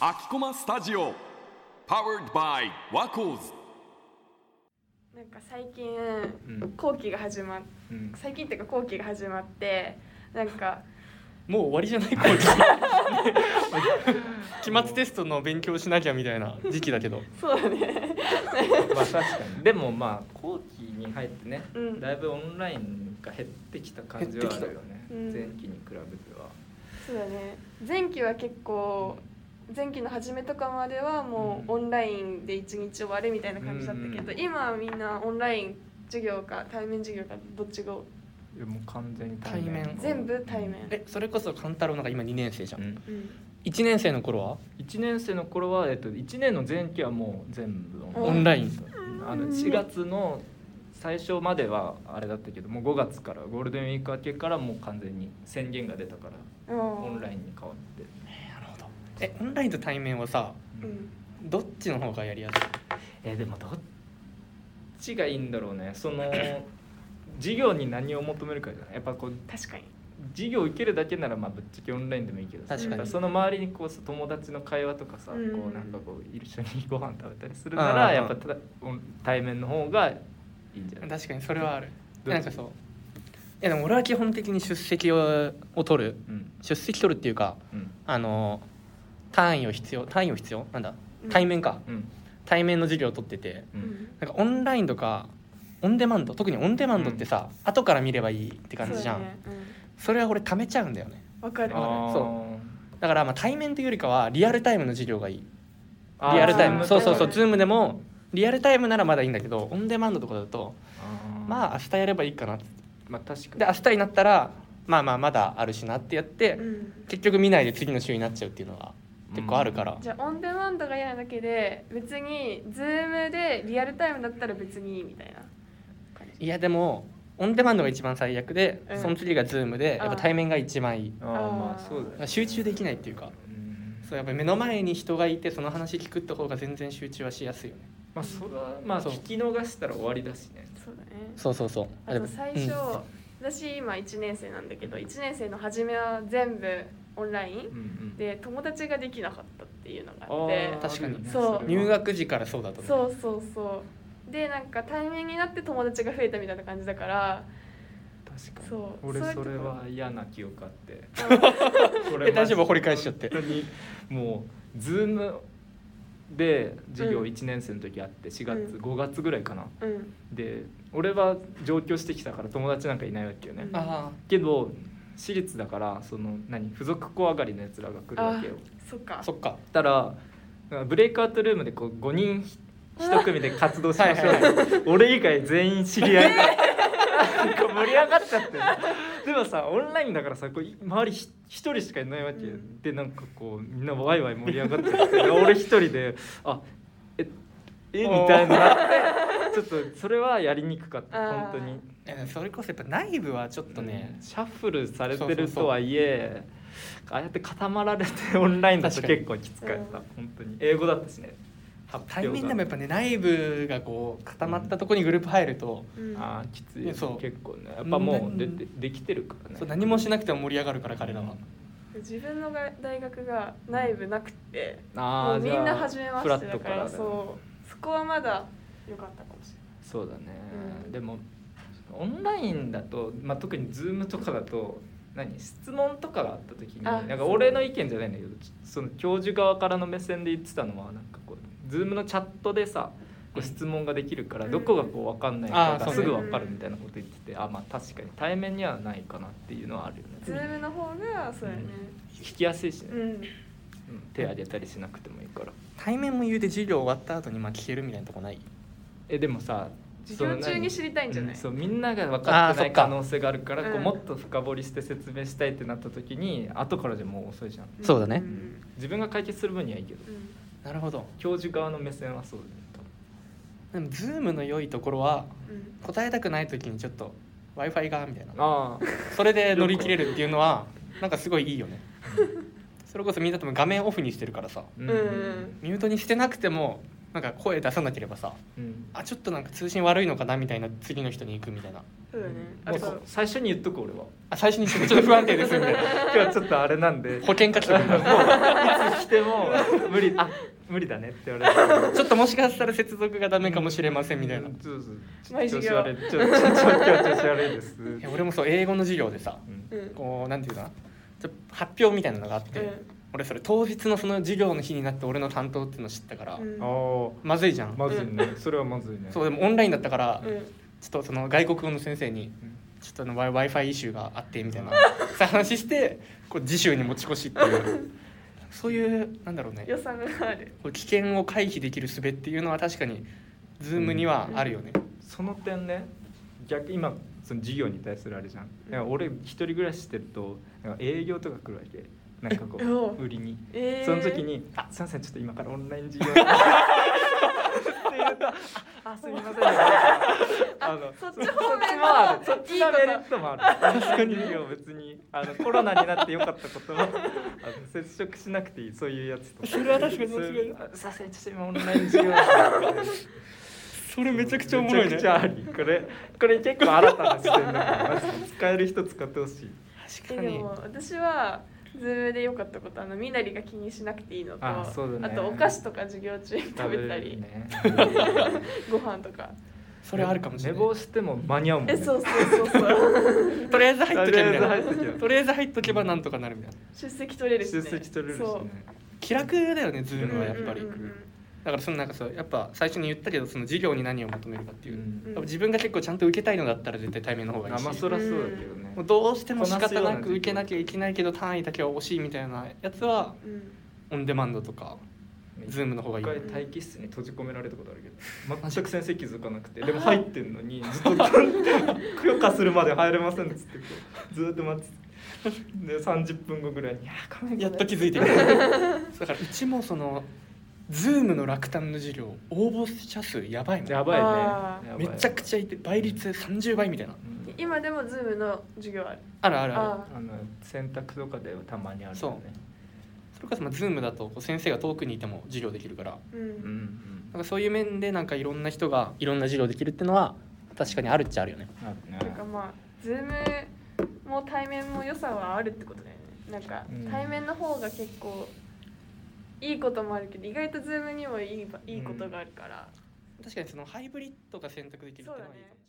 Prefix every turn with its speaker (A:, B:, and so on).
A: アキコマスタジオ Powered by ワコーズ
B: なんか最近後期が始まっ
C: うん
B: 最近っていうか後期が始まってなんか
C: もう終わりじゃないこう期末テストの勉強しなきゃみたいな時期だけど
B: そうだね
D: まあ確かにでもまあ後期に入ってね、
B: うん
D: だいぶオンラインが減ってきた感じはあるよね
B: 減ってきたよ
D: 前期に比べては、
B: そうだね前期は結構前期の初めとかまではもうオンラインで一日終わるみたいな感じだったけど、
D: うん
B: 今はみんなオンライン授業か対面授業かどっちが
D: いやもう完全に
C: 対面
B: 全部対面、
C: えそれこそ勘太郎なんか今2年生じゃ
D: うんん、
B: うん、
C: 1年生の頃は
D: 1年生の頃は、えっと、1年の前期はもう全部
C: オンライン
D: あの4月の最初まではあれだったけどもう5月からゴールデンウィーク明けからもう完全に宣言が出たからオ
B: オ
D: ンラ
B: イ
D: インに変わって
C: なるほどえオンラインと対面はさ
B: うん、
C: どっちの方がやりやす
D: えーでもどっちがいいんだろうね その授業に何を求めるかじゃないやっぱこう
B: 確かに
D: 授業受けるだけならまあぶっちゃけオンラインでもいいけどさ
C: 確かに
D: その周りにこうさ友達の会話とかさ、
B: うん
D: こうなんかこう一緒にご飯食べたりするなら
C: あー
D: やっぱただオン対面の方がいいんじゃない
C: い確かにそれはある
D: どっち
C: なんかそういやでも俺は基本的に出席をを取る
D: うん
C: 出席取るっていうか
D: うん
C: あの単位を必要単位を必要なんだ
B: うん
C: 対面か
D: うん
C: 対面の授業を取ってて
D: う
B: うんん
C: なんかオンラインとかオンデマンド特にオンデマンドってさ、後から見ればいいって感じじゃん
B: そ
C: そ,、
B: うだね
C: れは俺貯めちゃうんだよね
B: うんわかる
D: あー
C: そだからまあ対面というよりかはリアルタイムの授業がいい
D: あー
C: リアルタイム
B: あー
C: そうそうそう
B: Zoom
C: Zoom でもリアルタイムならまだいいんだけどオンデマンドとかだと
D: あー
C: まあ明日やればいいかなって
D: まあ確
C: で
D: か
C: 明日になったらまあまあまだあるしなってやって、
B: うん
C: 結局見ないで次の週になっちゃうっていうのが結構あるから、
B: じゃあオンデマンドが嫌なだけで別に Zoom でリアルタイムだったら別にいいみたいな感じ
C: いやでもオンデマンドが一番最悪で、
B: うん
C: その次が Zoom でやっぱ対面が一番いい
D: にあーまあそうだよね
C: 集中できないっていうか
D: うん
C: そうやっぱり目の前に人がいてその話聞くって方が全然集中はしやすいよね
D: まあそれはまあ
C: そう
D: 聞き逃したら終わりだしね
B: そうだね
C: そうそうそう
B: あと最初、
C: うん
B: 私今1年生なんだけど1年生の初めは全部オンライン
D: ん
B: で友達ができなかったっていうのが
D: あ
B: あって
D: ー
C: 確かに
B: そう
D: れは
C: 入学時からそうだと思う
B: そうそうそうでなんか対面になって友達が増えたみたいな感じだ から
D: 確かに
B: そう
D: 俺
B: そ
D: そう
B: い
D: れ
B: うとこ
D: は嫌な記憶 あってこ
C: え大丈夫掘り返しちゃって
D: 本当にもうズームで授業1年生の時あって4月、
B: うん
D: 5月ぐらいかな
B: うん
D: で俺は上京してきたから友達なんかいないわけよね、
B: うん
C: あ
D: けど私立だからその何付属校上がりのやつらが来るわけよ
B: そっか
C: あそっか
D: たらブレイクアウトルームでこう5人ひ一組で活動しましょう
C: はいは
D: 俺以外全員知り合い なんか盛り上がっちゃってでもさオンラインだからさこうい周りひ一人しかいないわけ、
B: うん
D: でなんかこうみんなワイワイ盛り上がってて で俺一人であええみたいになってちょっとそれはやりにくかった
B: あー
D: 本当に
C: えそれこそやっぱ内部はちょっとね
D: うん、シャッフルされて
C: そうそう
D: る
C: そう
D: とはいえああやって固まられて オンラインだと結構きつかっ
B: 確か
D: た本当に英語だったしね
C: 対面でもやっ
D: ぱ
C: ぱね内部がこう固まったところにグループ入ると、
B: うん
D: あーきついよね
C: そう
D: 結構ねやっぱもうで
C: うん
D: でできてるからね
C: そう何もしなくても盛り上がるから彼らは、
B: 自分のが大学が内部なくても
D: あ
B: う
D: ー
B: み
D: じゃあ
B: んな初めま
D: フラ
B: して
D: ッ
B: だ
D: ト
B: か
D: から
B: ら
D: だ
B: そうそこはまだ良かったかもし
D: そうだね、
B: うん
D: でもオンラインだと、まあ、特に Zoom とかだと何質問とかがあった時に
B: あ
D: なんか俺の意見じゃないんだけどちその教授側からの目線で言ってたのはなんかこう Zoom のチャットでさこう質問ができるから
B: うん
D: どこがこう分かんないか
C: あーそ
D: が
C: う
D: す
C: ね
D: ぐ分かるみたいなこと言っててあまあ確かに対面にはないかなっていうのはあるよ
B: れない
D: ね
B: Zoom の方がそうやね
D: 聞きやすいしね、
B: うん
D: うん手挙げたりしなくてもいいから
C: 対面も言うて授業終わった後にまあ聞けるみたいなとこない
D: えでもさ
B: 授業中に知りたいんじゃな
D: う
B: い
D: そうみんなが分か
C: あー
D: って
C: そ
D: な
C: っ
D: い
C: か
D: 可能性があるからこ
B: う
D: うんもっと深掘りして説明したいってなった時に後からじゃもう遅いじゃん
B: うん
C: そうだね
B: ん
D: 自分が解決する分にはいいけど
B: うん
C: なるほど
D: 教授側の目線はそうだよね多分
C: でも Zoom の良いところは
B: うん
C: 答えたくない時にちょっと w i f i がみたいな
D: あ
C: それで乗り切れるっていうのはなんかすごいいいよ ねそれこそみんなとも画面オフにしてるからさ
D: あ、うん
B: うん
C: ミュートにしてなくてもなんか声出さなければさ
D: うん
C: あちょっとなんか通信悪いのかなみたいな次の人に行くみたいな
B: そうだねあ
D: もう
B: と
D: そ最初に言っとく俺は
C: あ最初にちょっと不安定ですみたいな
D: 今日ちょっとあれなん で
C: 保険かけとくんだ
D: いつ来ても無理あ無理だねって言われて
C: ちょっともしかしたら接続がダメかもしれませんみたいな
D: うんそうそう
B: 毎
D: 調
B: 授
D: 子
B: 業
D: 悪いちょちょちょ今日調子悪いです
C: いや俺もそう英語の授業でさ
D: うん
B: うん
C: こうなんていうかなちょ発表みたいなのがあって、
B: う
C: 俺それ当日のその授業の日になって俺の担当っていうの知ったから、
B: ん
D: あー
C: まずいじゃん、
D: まずいねそれはまずいね
C: そうでもオンラインだったから、
B: うん
C: ちょっとその外国語の先生に
D: うん
C: ちょっとあの w i f i イシューがあってみたいなそう話してこう次週に持ち越しっていうそういうなんだろうね
B: 予算がある
C: こう危険を回避できる術っていうのは確かにズームにはあるよね、
D: その点ね逆今その授業に対するあれじゃんいや俺一人暮らししてるとなんか営業とか来るわけなんかこ
B: おう
D: う売りに
B: えー
D: その時に「あすいませんちょっと今からオンライン授業」って言うとあ「あすみません」あの
B: そっち
D: そっちも
B: 方面
D: ある
B: も
D: そっちの
B: いいこと
D: メリットもある確かに授業別にあのコロナになってよかったことはあの接触しなくていいそういうやつとか
C: それは確かに面白い
D: そううあすいませんちょっと今オンライン授業なんで
C: それ めちゃくちゃおもろいね
D: めちゃくちゃありこれこれ結構新たな視点だからマジで使える人使ってほしい
C: 確
B: え
C: か
B: で
C: に
B: も私はズームで良かったことあのみなりが気にしなくていいのと
D: あそうだね
B: あとお菓子とか授業中に食べたり、
D: 食べれるね
B: ご飯とか
C: それあるかもしれな
D: 寝坊
C: い
D: しても間に合うもん、ね、
B: えそうそうそうそう
C: とりあえず入っとけみたいな
D: とりあえず入っとけ
C: とりあえず入っとけばなんとかなるみたいな
B: 出席取れるし、ね、
D: 出席取れるし
B: そう
D: ね
C: 気楽だよねズ
B: う
C: ー
B: んう
C: ム
B: ん
C: はやっぱり、
B: うんうん
C: だからそのなんかさやっぱ最初に言ったけどその授業に何を求めるかっていう、
D: うん
C: やっぱ自分が結構ちゃんと受けたいのだったら絶対対面の方がいい
D: あ
C: し、
D: まあそりゃそうだけどね、
C: もうどうしても
D: こ
C: 仕
D: なすよ
C: 方
D: うな
C: なく受けなきゃいけないけど単位だけは惜しいみたいなやつは
B: うん
C: オンデマンドとかズームの方がいい
D: 一回
B: ん
D: 待機室に閉じ込められたことあ るけど全く先生気づかなくてでも入ってんのにずっと許可するまで入れませんっつってこうずーっと待ってで30分後ぐらいに「いやーごめん
C: やっと気づいてみただからうちもそのズームの落胆の授業応募者数やばいもん
D: やばいね
B: あー
D: やば
C: め
D: い
C: ちゃくちゃいて倍率30倍みたいな
D: うん
B: 今でもズームの授業ある
C: あるあるある
B: あ
D: あの洗濯とかではたまにあるよね
C: そそれこそまあズームだとこう先生が遠くにいても授業できるから
B: ーうん
D: うんうん
C: なんかそういう面でなんかいろんな人がいろんな授業できるっていうのは確かにあるっちゃあるよね
D: あるね
B: なんかまあズームも対面も良さはあるってことだよねなんか
D: うん
B: 対面の方が結構いいこともあるけど意外とズームにもいいばいいことがあるから、
C: 確かにそのハイブリッドが選択できるっていうのはいいかもしれない